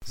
This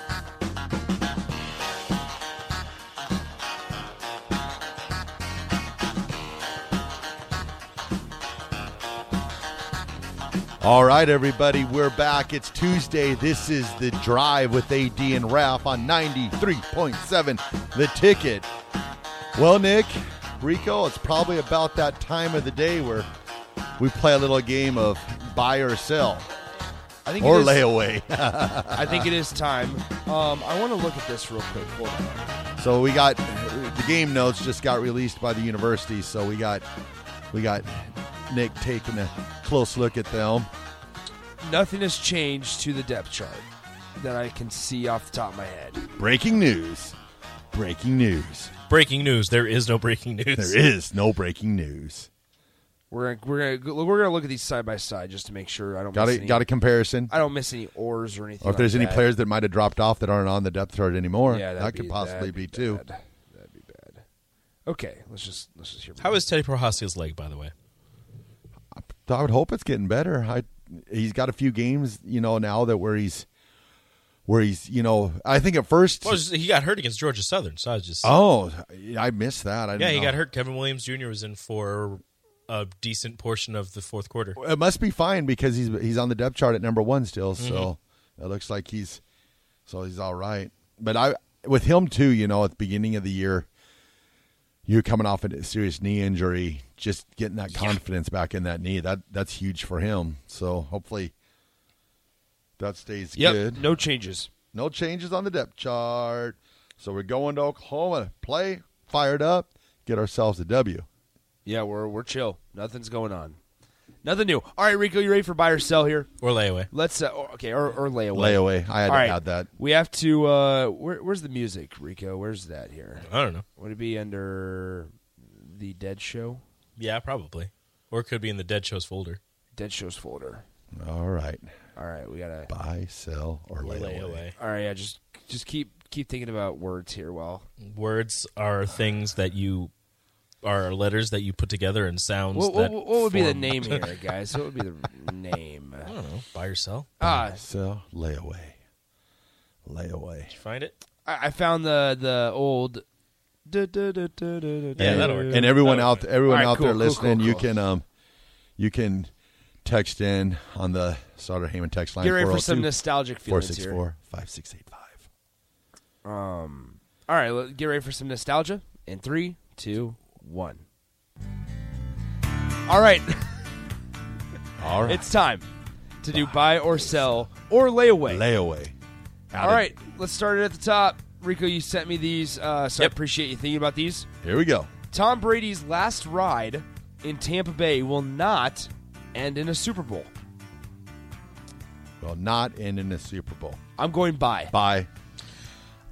All right, everybody, we're back. It's Tuesday. This is the drive with AD and Ralph on 93.7 The Ticket. Well, Nick, Rico, it's probably about that time of the day where we play a little game of buy or sell I think or it is, layaway. I think Ah. it is time. Um, I want to look at this real quick. Hold on. so we got the game notes just got released by the university. So we got we got Nick taking a close look at them. Nothing has changed to the depth chart that I can see off the top of my head. Breaking news! Breaking news! Breaking news. There is no breaking news. There is no breaking news. We're gonna, we're gonna we're gonna look at these side by side just to make sure I don't Got miss a, any, got a comparison. I don't miss any ors or anything. Or if there's like any that. players that might have dropped off that aren't on the depth chart anymore, yeah, that'd that could be- possibly that'd be, too. bad. That'd be bad. Okay, let's just let's just hear. How is Teddy Prohaska's leg, by the way? I would hope it's getting better. I, he's got a few games, you know, now that where he's, where he's, you know, I think at first, Well, he got hurt against Georgia Southern, so I was just oh, I missed that. I didn't yeah, he know. got hurt. Kevin Williams Jr. was in for a decent portion of the fourth quarter. It must be fine because he's he's on the depth chart at number one still. So Mm-hmm. it looks like he's, so he's all right. But I with him too, you know, at the beginning of the year, you coming off a serious knee injury, just getting that confidence back in that knee that that's huge for him. So hopefully that stays Yep, good. no changes. No changes on the depth chart. So we're going to Oklahoma to play, fired up, get ourselves a W. Yeah, we're we're chill. Nothing's going on. Nothing new. All right, Rico, you ready for buy or sell here? Or layaway. Let's uh, or- okay or, or layaway. Layaway. I had All to right. add that. We have to. Uh, where, where's the music, Rico? Where's that here? I don't know. Would it be under the Dead Show? Yeah, probably. Or it could be in the dead shows folder. Dead Show's folder. All right. All right, we gotta. Buy, sell, or layaway. All right, yeah, just just keep keep thinking about words here. Well, Words are things that you are letters that you put together and sounds what, that what, what would be the form- name here, guys? What would be the name? I don't know. Buy or sell. Ah, Sell, layaway. Layaway. Did you find it? I, I found the the old. Yeah, Yeah, that'll work. And everyone That out one. everyone All right, out there cool, cool, listening, cool, you cool. can um you can text in on the Sauter Heyman text line. oh Get oh ready for some nostalgic feelings here. 464 5685. All right, let, get ready for some nostalgia. In three, two, one. All right, All right. it's time to do buy or sell or layaway. layaway. All right, let's start it at the top. Rico, you sent me these, uh, so I appreciate you thinking about these. Here we go. Tom Brady's last ride in Tampa Bay will not end in a Super Bowl. Well, not in in the Super Bowl. I'm going buy. Bye.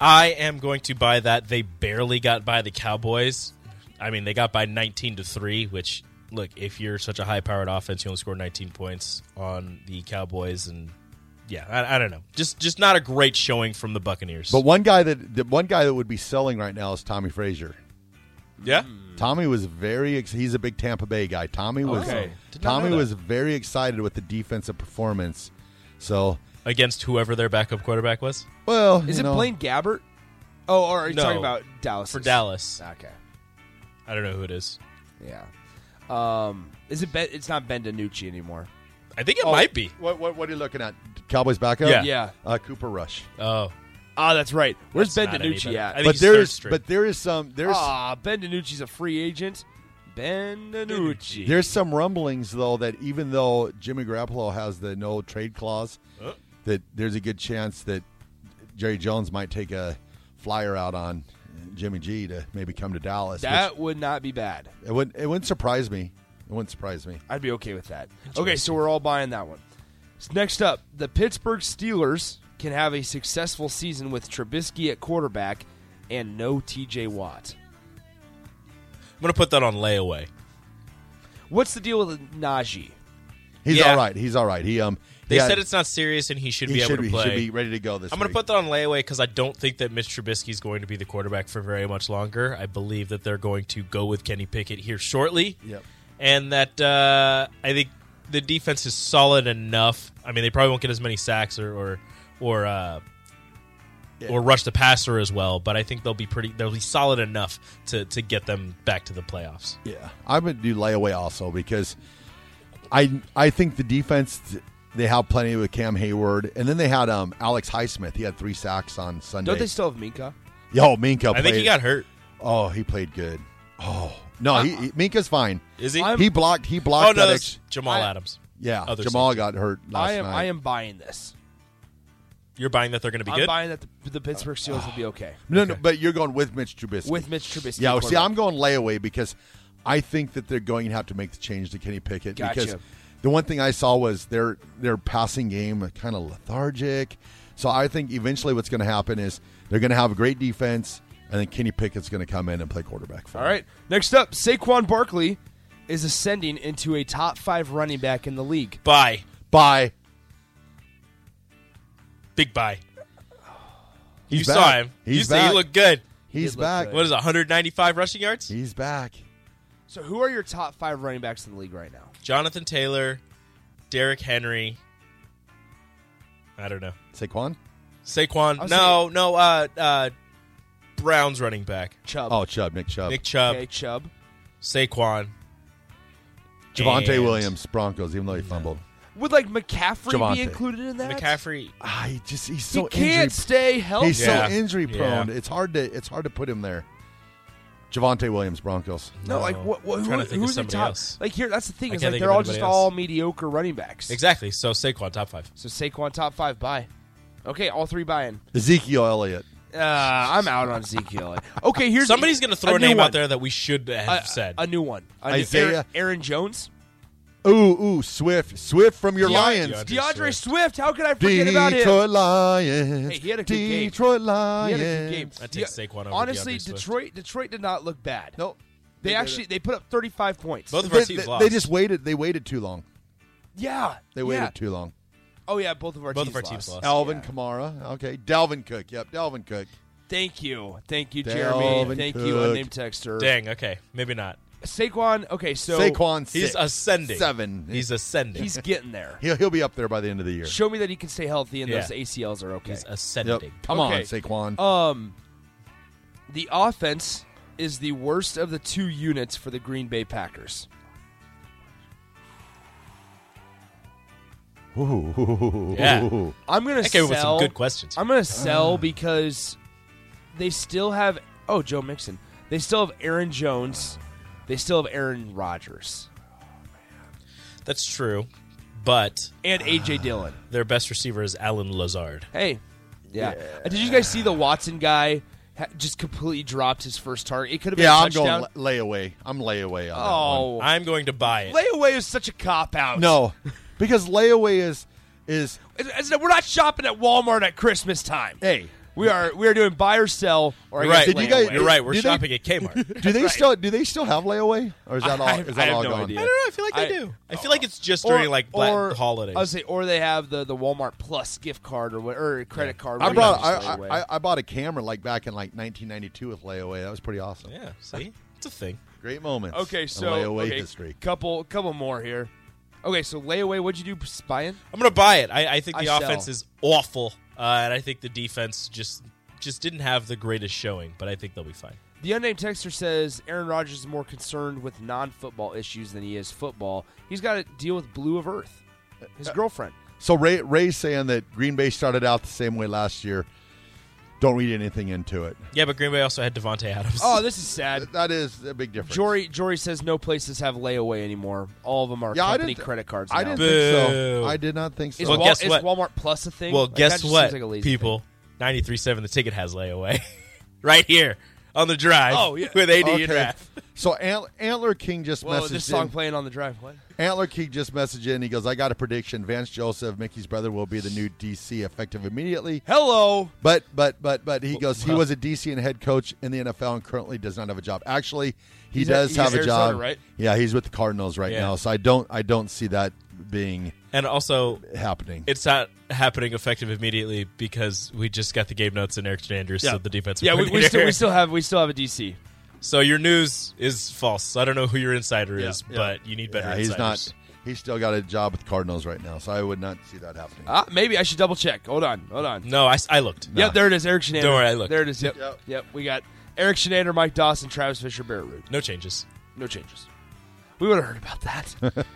I am going to buy that. They barely got by the Cowboys. I mean, they got by 19 to 3, which, look, if you're such a high powered offense, you only score 19 points on the Cowboys. And yeah, I, I don't know. Just just not a great showing from the Buccaneers. But one guy that the one guy that would be selling right now is Tommy Frazier. yeah? Tommy was very ex- he's a big Tampa Bay guy. Tommy was Okay. Did not Tommy know that. was very excited with the defensive performance. So, Against whoever their backup quarterback was well, Is you it know, Blaine Gabbert? Oh, or are you No. talking about Dallas? for Dallas. Okay. I don't know who it is. Yeah. Um, is it? Ben, it's not Ben DiNucci anymore. I think it might be. What, what what are you looking at? Cowboys backup? Yeah. Yeah. Uh, Cooper Rush. Oh. Ah, that's right. Where's That's Ben not any DiNucci better. I at? think But he's there third is string. but there is some there's Ah, Ben DiNucci's a free agent. Benvenuti. There's some rumblings though that even though Jimmy Garoppolo has the no trade clause, that there's a good chance that Jerry Jones might take a flyer out on Jimmy G to maybe come to Dallas. which- that would not be bad. it wouldn't it wouldn't surprise me. It wouldn't surprise me. I'd be okay with that. Okay, so we're all buying that one. So next up, the Pittsburgh Steelers can have a successful season with Trubisky at quarterback and no TJ Watt. I'm gonna put that on layaway. What's the deal with Najee? He's Yeah. all right. He's all right. He um They yeah, said it's not serious, and he should he be able should to be, play. should be ready to go this. I'm going to week. put that on layaway because I don't think that Mitch Trubisky is going to be the quarterback for very much longer. I believe that they're going to go with Kenny Pickett here shortly. Yep. And that uh, I think the defense is solid enough. I mean, they probably won't get as many sacks or or or, uh, or rush the passer as well, but I think they'll be pretty. They'll be solid enough to to get them back to the playoffs. Yeah, I would do layaway also because I I think the defense they have plenty with Cam Hayward, and then they had um Alex Highsmith. He had three sacks on Sunday. Don't they still have Minka? Yo, Minka. I think he played- got hurt. Oh, he played good. Oh no, he, he- Minka's fine. Is he? he blocked. He blocked. oh no, that that's ex- Jamal I- Adams. yeah, other Jamal got hurt last I am night. I am buying this. You're buying that they're going to be I'm good. buying that the, the Pittsburgh Uh, Steelers will be okay no, no, but you're going with Mitch Trubisky. with Mitch Trubisky. Yeah, well, see, quarterback. I'm going layaway because I think that they're going to have to make the change to Kenny Pickett Gotcha. because the one thing I saw was their their passing game kind of lethargic. So I think eventually what's going to happen is they're going to have a great defense, and then Kenny Pickett's going to come in and play quarterback. For All them. right. Next up, Saquon Barkley is ascending into a top five running back in the league. Bye, bye. big bye. He's you back. saw him. He's you said back. he looked good. He's did look back. good. What is it, 195 rushing yards? He's back. So, who are your top five running backs in the league right now? Jonathan Taylor, Derrick Henry. I don't know. Saquon. Saquon. I'll No, no, uh uh Browns running back. Chubb. Oh, Chubb. Nick Chubb. Nick Chubb, okay, Chubb. Saquon. Javante and Williams. Broncos. Even though he fumbled, Would like McCaffrey Javonte. be included in that? McCaffrey. I Ah, just he's He so can't injury. stay healthy. He's Yeah. so injury prone. Yeah. It's hard to it's hard to put him there. Javante Williams, Broncos. no, like what? what I'm who, trying to think of who's the somebody top? else. Like here, that's the thing I is can't like think they're of all anybody just else. all mediocre running backs. Exactly. So Saquon top 5. So Saquon top five buy. Okay, all three buying. Ezekiel Elliott. Uh, I'm out on Ezekiel. okay, here's Somebody's going to throw a, new name one. out there that we should have A, said. a new one. A new- Isaiah- Aaron, Aaron Jones. Ooh, ooh, Swift. Swift from your DeAndre- Lions. DeAndre Swift. Swift. How could I forget about him? Detroit Lions. Hey, he had a good game. Detroit He Lions. had a good game. I take Saquon over Honestly, DeAndre Swift. Detroit Detroit did not look bad. No. They, actually they put up 35 points. Both of our They, teams they- lost. they just waited. They waited too long. yeah. They waited yeah. too long. Oh yeah, both of our Both teams of our teams lost. Alvin Kamara. Okay. Dalvin Cook. Yep. Dalvin Cook. Thank you. Thank you, Jeremy. Dalvin Thank you, Cook. unnamed texter. Dang, okay. Maybe not. Saquon, okay, so Saquon. He's six. ascending. Seven. He's ascending. he's getting there. he'll, he'll be up there by the end of the year. Show me that he can stay healthy and Yeah. those ACLs are okay. He's Yep. ascending. Come on, Okay. Saquon. Um the offense is the worst of the two units for the Green Bay Packers. Oh. Ooh. Yeah. I'm going to That came up with some sell good questions. Ah. I'm going to sell because they still have oh Joe Mixon. They still have Aaron Jones. They still have Aaron Rodgers That's true. But and Ah. AJ Dillon. their best receiver is Alan Lazard. Hey, yeah. Uh, Did you guys see the Watson guy ha- just completely dropped his first target? It could have been Yeah, a I'm touchdown. going la- layaway. I'm layaway on that one. oh, I'm going to buy it. layaway is such a cop out. No, because layaway is is It's- it's- we're not shopping at Walmart at Christmas time. hey. We are we are doing buy or sell. Or I You're right. guess Did you guys- layaway. You're right. We're Did they- shopping at Kmart. Do they still do they still have layaway or is that all I- is I that have all no gone? idea. I don't know. I feel like I- they do. I feel like it's just Or- during like black or- holidays. I would say, or they have the, the Walmart Plus gift card or what- or credit card. I whatever brought you just I, lay away. I, I, I bought a camera like back in like 1992 with layaway. That was pretty awesome. yeah. See, it's a thing. Great moments. okay, in so layaway okay, history. Couple couple more here. Okay, so layaway. What'd you do? Spying. I'm gonna buy it. I, I think I the sell. offense is awful, uh, and I think the defense just just didn't have the greatest showing. But I think they'll be fine. The unnamed texter says Aaron Rodgers is more concerned with non-football issues than he is football. He's got to deal with Blue of Earth, his girlfriend. So Ray Ray's saying that Green Bay started out the same way last year, Don't read anything into it. Yeah, but Green Bay also had Devonte Adams. Oh, this is sad. That is a big difference. Jory Jory says no places have layaway anymore. All of them are Yeah, I company didn't- credit cards. I now. didn't think so. Boo. I did not think so. Is, Well, Wal- guess is what? Walmart Plus a thing? well, Like, that guess just seems what, like a lazy thing. people? Ninety three seven. The ticket has layaway, right here on the drive. Oh, yeah. with AD Okay. and Raf. So Ant- Antler King just Whoa, messaged this song in. playing on the drive. What? Antler King just messaged in. He goes, "I got a prediction. Vance Joseph, Mickey's brother, will be the new DC effective immediately." Hello. But but but but he goes. He was a DC and head coach in the NFL and currently does not have a job. Actually, he He's at- does he's have a Arizona, job. right? Yeah, he's with the Cardinals right Yeah. now. So I don't I don't see that being And also, happening. it's not happening effective immediately because we just got the game notes and Eric Sanders yeah. the defensive Yeah, we, we, coordinator. still, we still have we still have a DC. so your news is false. I don't know who your insider Yeah, is, yeah. but you need better. yeah, he's insiders. not. He's still got a job with the Cardinals right now. So I would not see that happening. Ah, maybe I should double check. Hold on, hold on. No, I, s- I looked. Yep, there it is. Eric Shenander. Don't worry, I looked. There it is. Yep. Yep. yep, We got Eric Shenander, Mike Dawson, Travis Fisher, Barrett Root. No changes. No changes. We would have heard about that.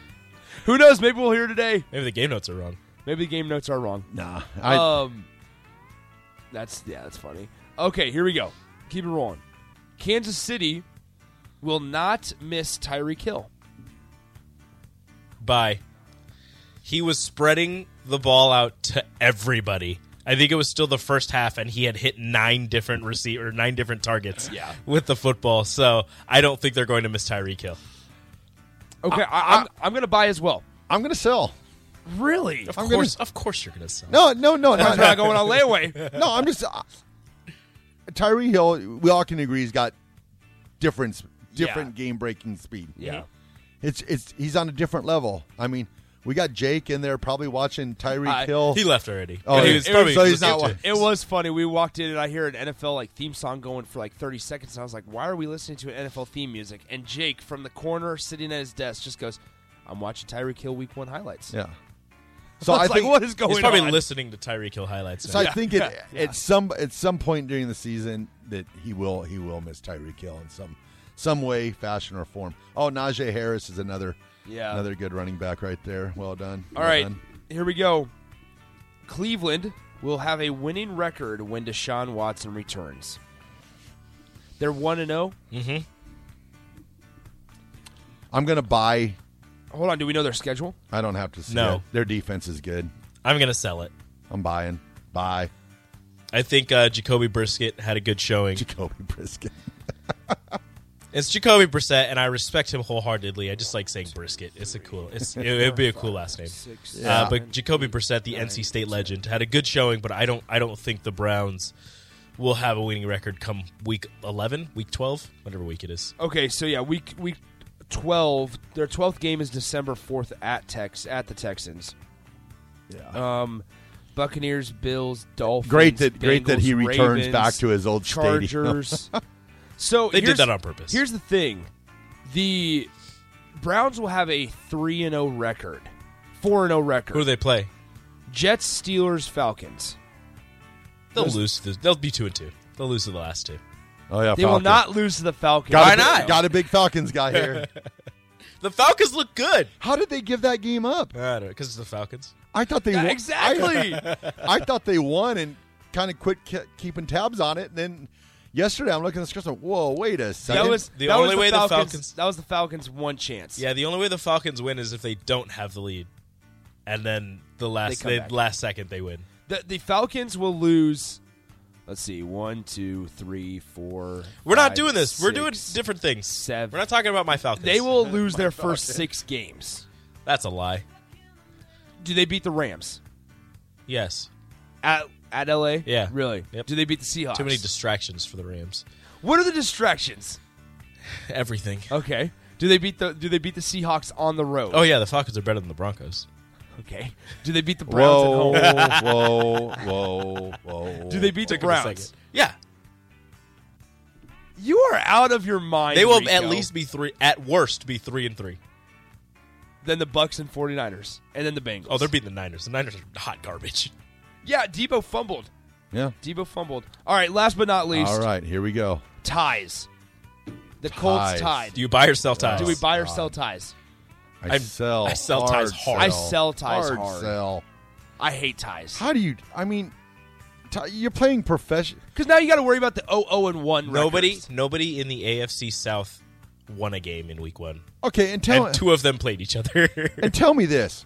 Who knows? Maybe we'll hear today. Maybe the game notes are wrong. Maybe the game notes are wrong. nah, I, um, that's yeah, that's funny. Okay, here we go. Keep it rolling. Kansas City will not miss Tyreek Hill. Bye. He was spreading the ball out to everybody. I think it was still the first half, and he had hit nine different receiver, nine different targets Yeah. with the football. So I don't think they're going to miss Tyreek Hill. Okay, Ah, I, I'm, I'm gonna buy as well. I'm going to sell. Really? Of I'm gonna- course, of course, you're going to sell. No, no, no, no, That's no. not going on layaway. no, I'm just uh, Tyree Hill. We all can agree he's got different, different game breaking speed. Yeah. it's it's he's on a different level. I mean, we got Jake in there probably watching Tyree I- Hill. He left already. Oh, And he yeah. was It probably was- so he's not listening to- It was funny. We walked in and I hear an NFL like theme song going for like 30 seconds, and I was like, "Why are we listening to an NFL theme music?" And Jake from the corner, sitting at his desk, just goes, "I'm watching Tyreek Hill Week One highlights." yeah. So I I was like, think "What is going He's probably on?" listening to Tyreek Hill highlights. so now. I think it, Yeah. at some at some point during the season that he will he will miss Tyreek Hill in some some way, fashion or form. Oh, Najee Harris is another Yeah. another good running back right there. Well done. All Well right, done. here we go. Cleveland will have a winning record when Deshaun Watson returns. They're one and oh. zero. I'm gonna buy Hold on, do we know their schedule? I don't have to see No. it. Their defense is good. I'm going to sell it. I'm buying. Bye. I think uh, Jacoby Brisket had a good showing. Jacoby Brisket. It's Jacoby Brissett, and I respect him wholeheartedly. I just like saying Brisket. It's a cool. It's it, it'd be a cool last name. Uh, but Jacoby Brissett, the NC State legend, had a good showing, but I don't. I don't think the Browns will have a winning record come week eleven, week twelve, whatever week it is. Okay, so yeah, week week twelve. Their twelfth game is December fourth at Tex at the Texans. Yeah. Um, Buccaneers, Bills, Dolphins. Great that great that he Bengals, returns Ravens, back to his old stadium. Chargers. so They did here's- that on purpose. Here's the thing: the Browns will have a three and zero record, four and zero record. Who do they play? Jets, Steelers, Falcons. They'll lose. To the, they'll be two and two. They'll lose to the last two. Oh yeah, They will Falcons. not lose to the Falcons. Got a big- Got a big Falcons guy here. The Falcons look good. How did they give that game up? Because it's the Falcons. I thought they won. exactly. I, I thought they won and kind of quit ke- keeping tabs on it. And then yesterday, I'm looking at the script. I'm like, Whoa, wait a second. that was The that only was way the the Falcons, Falcons- That was the Falcons' one chance. Yeah, the only way the Falcons win is if they don't have the lead, and then the last come they back. last second they win. The, the Falcons will lose. Let's see, one, two, three, four. We're not five, doing this. we We're doing six. different things. seven. We're not talking about my Falcons. They will lose their first six games. That's a lie. Do they beat the Rams Yes. at at LA? Yeah. really. Yep. Do they beat the Seahawks? Too many distractions for the Rams. what are the distractions? Everything. Okay. Do they beat the Do they beat the Seahawks on the road? Oh yeah, the Falcons are better than the Broncos. Okay. Do they beat the Browns whoa, at home? whoa, whoa, whoa. Do they beat the Took 'em a second. Browns? Yeah, You are out of your mind. they will Rico. at least be three. At worst, be three and three. then the Bucks and 49ers, and then the Bengals. Oh, they're beating the Niners. The Niners are hot garbage. yeah. Debo fumbled. Yeah. Debo fumbled. All right. Last but not least, All right, here we go. ties. The Colts Ties. tied. Do you buy or sell ties? Do we buy or sell ties? I I'm- sell. I sell hard ties hard. I sell ties hard. Sell. I hate ties. How do you? I mean, t- you're playing profession. Because now you got to worry about the 0 0 and 1 Nobody, records. nobody in the AFC South won a game in Week One, Okay, and tell uh, and two of them played each other. and tell me this.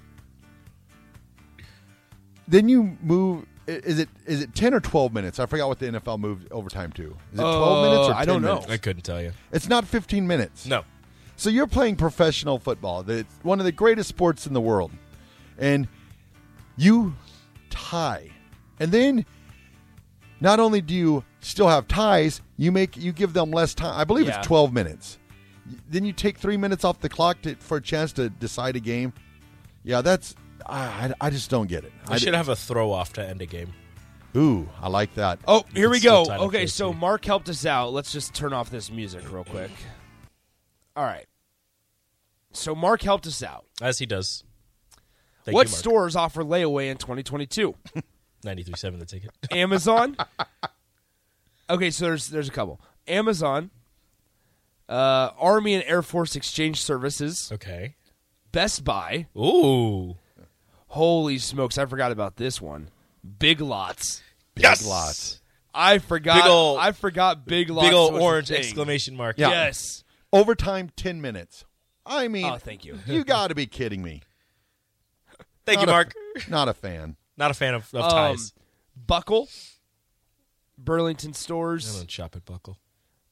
Then you move. i- Is it is it ten or twelve minutes? I forgot what the NFL moved overtime to. Is it twelve Uh, minutes or 10 I don't know. minutes? I couldn't tell you. It's not fifteen minutes. No, So you're playing professional football, the, one of the greatest sports in the world, and you tie, and then not only do you still have ties, you make you give them less time. I believe Yeah. it's 12 minutes. Then you take three minutes off the clock to, for a chance to decide a game. Yeah, that's I, I, I just don't get it. I, should have a throw off to end a game. Ooh, I like that. Oh, You here can we still go. title Okay, case so me. Mark helped us out. Let's just turn off this music real quick. All right. So Mark helped us out. As he does. Thank what you, Mark. stores offer layaway in 2022? 93.7 the ticket. Amazon. okay, so there's there's a couple. Amazon, uh, Army and Air Force Exchange Services, Okay. Best Buy. Ooh. Holy smokes, I forgot about this one. Big Lots. Big lots. I forgot. Big ol- I forgot Big Lots. Big old was a orange thing. exclamation mark. Yeah. Yes. Overtime, ten minutes. I mean, Oh, thank you. you got to be kidding me. Thank you, Not a- Mark. Not a fan. Not a fan of, of Um, ties. Buckle, Burlington I Stores. don't shop at Buckle.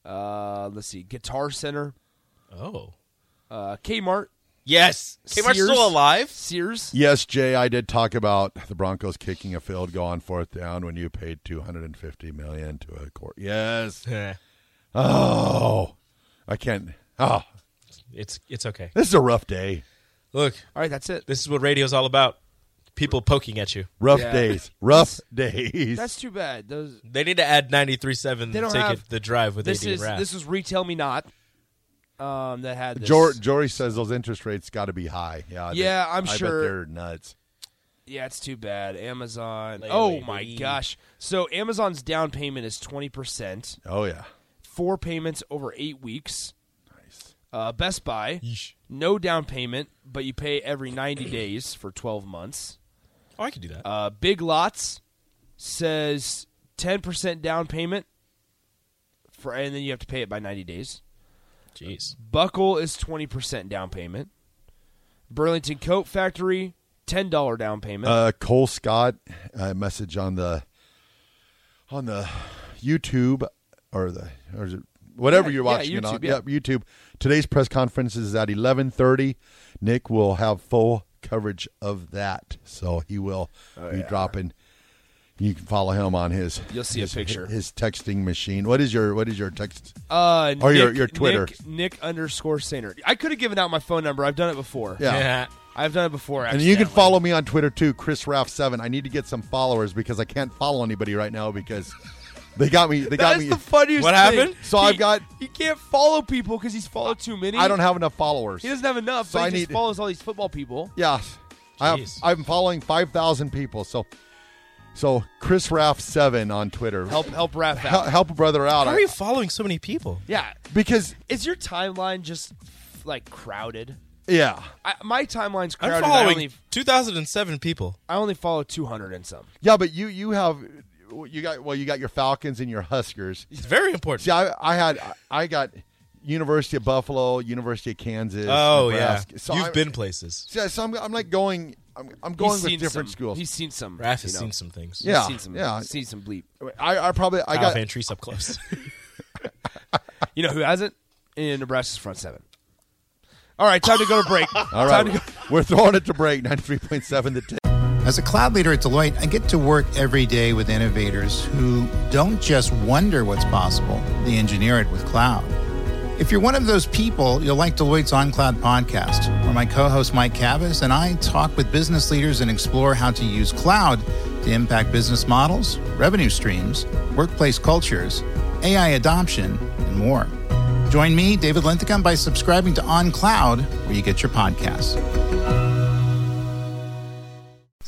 Uh, let's see, Guitar Center, Oh. uh, Kmart, Yes. Kmart's Sears. still alive? Sears. Yes, Jay, I did talk about the Broncos kicking a field goal on fourth down when you paid two hundred and fifty million to a court. Yes. Eh. Oh, I can't. Oh, it's it's okay. this is a rough day. Look, All right, that's it. this is what radio's all about. People poking at you. Rough Yeah. days. Rough days. That's too bad. Those. They need to add 93.7 They the don't ticket, have- the drive with This AD is Rath. this is Retail Me Not. Um, that had this. Jor- Jory says those interest rates got to be high. Yeah. I bet- Yeah, I'm I bet sure. they're nuts. Yeah, it's too bad. Amazon. Lay oh away, my baby. gosh. So Amazon's down payment is twenty percent. Oh yeah. Four payments over eight weeks. Nice. Uh, Best Buy. Yeesh. No down payment, but you pay every ninety days for twelve months. Oh, I could do that. Uh, Big Lots says 10% down payment for, and then you have to pay it by 90 days. Jeez. Buckle is 20% down payment. Burlington Coat Factory, $10 down payment. Uh, Cole Scott, uh, message on the on the YouTube or the or is it- whatever Yeah, you're yeah, watching it on. YouTube, yeah. Yep, YouTube. Today's press conference is at 11:30. Nick will have full coverage of that, so he will be dropping. You can follow him on his. Oh, You'll see a his- picture. His texting machine. What is your What is your text? Uh, or oh, your- Nick- your Twitter. Nick, Nick underscore Sainer. I could have given out my phone number. I've done it before. Yeah. I've done it before. And you can accidentally. follow me on Twitter too, Chris Ralph Seven. I need to get some followers because I can't follow anybody right now because they got me. They got That me. is the funniest. What thing. happened? So He- I've got- He can't follow people because he's followed too many. I don't have enough followers. He doesn't have enough. So but I he just need- follows all these football people. Yeah, I have, Jeez. I'm following five thousand people. So, so Chris Raff Seven on Twitter. Help, help Raph out. Hel- help a brother out. How I- are you following so many people? Yeah. Because Is your timeline just like crowded? yeah, I, my timeline's I'm crowded. I, following only, 2007 people. I only follow 200 and some. yeah, but you you have you got well you got your Falcons and your Huskers. It's very important. See, I, I had I got University of Buffalo, University of Kansas. oh Nebraska. yeah, So you've I- been places. See, so I'm, I'm like going. I'm, I'm going He's with seen different some. schools. He's seen some. Raph you has know. seen some things. Yeah. He's seen some. yeah. Seen some bleep. I, I probably I Kyle got Van Treese up close. You know who hasn't? In Nebraska's front seven. All right, time to go to break. all Time to go- right. We're throwing it to break. Ninety three point seven. The tick. As a cloud leader at Deloitte, I get to work every day with innovators who don't just wonder what's possible, they engineer it with cloud. If you're one of those people, you'll like Deloitte's On Cloud podcast, where my co host Mike Cavas and I talk with business leaders and explore how to use cloud to impact business models, revenue streams, workplace cultures, AI adoption, and more. Join me, David Linthicum, by subscribing to On Cloud, where you get your podcasts. This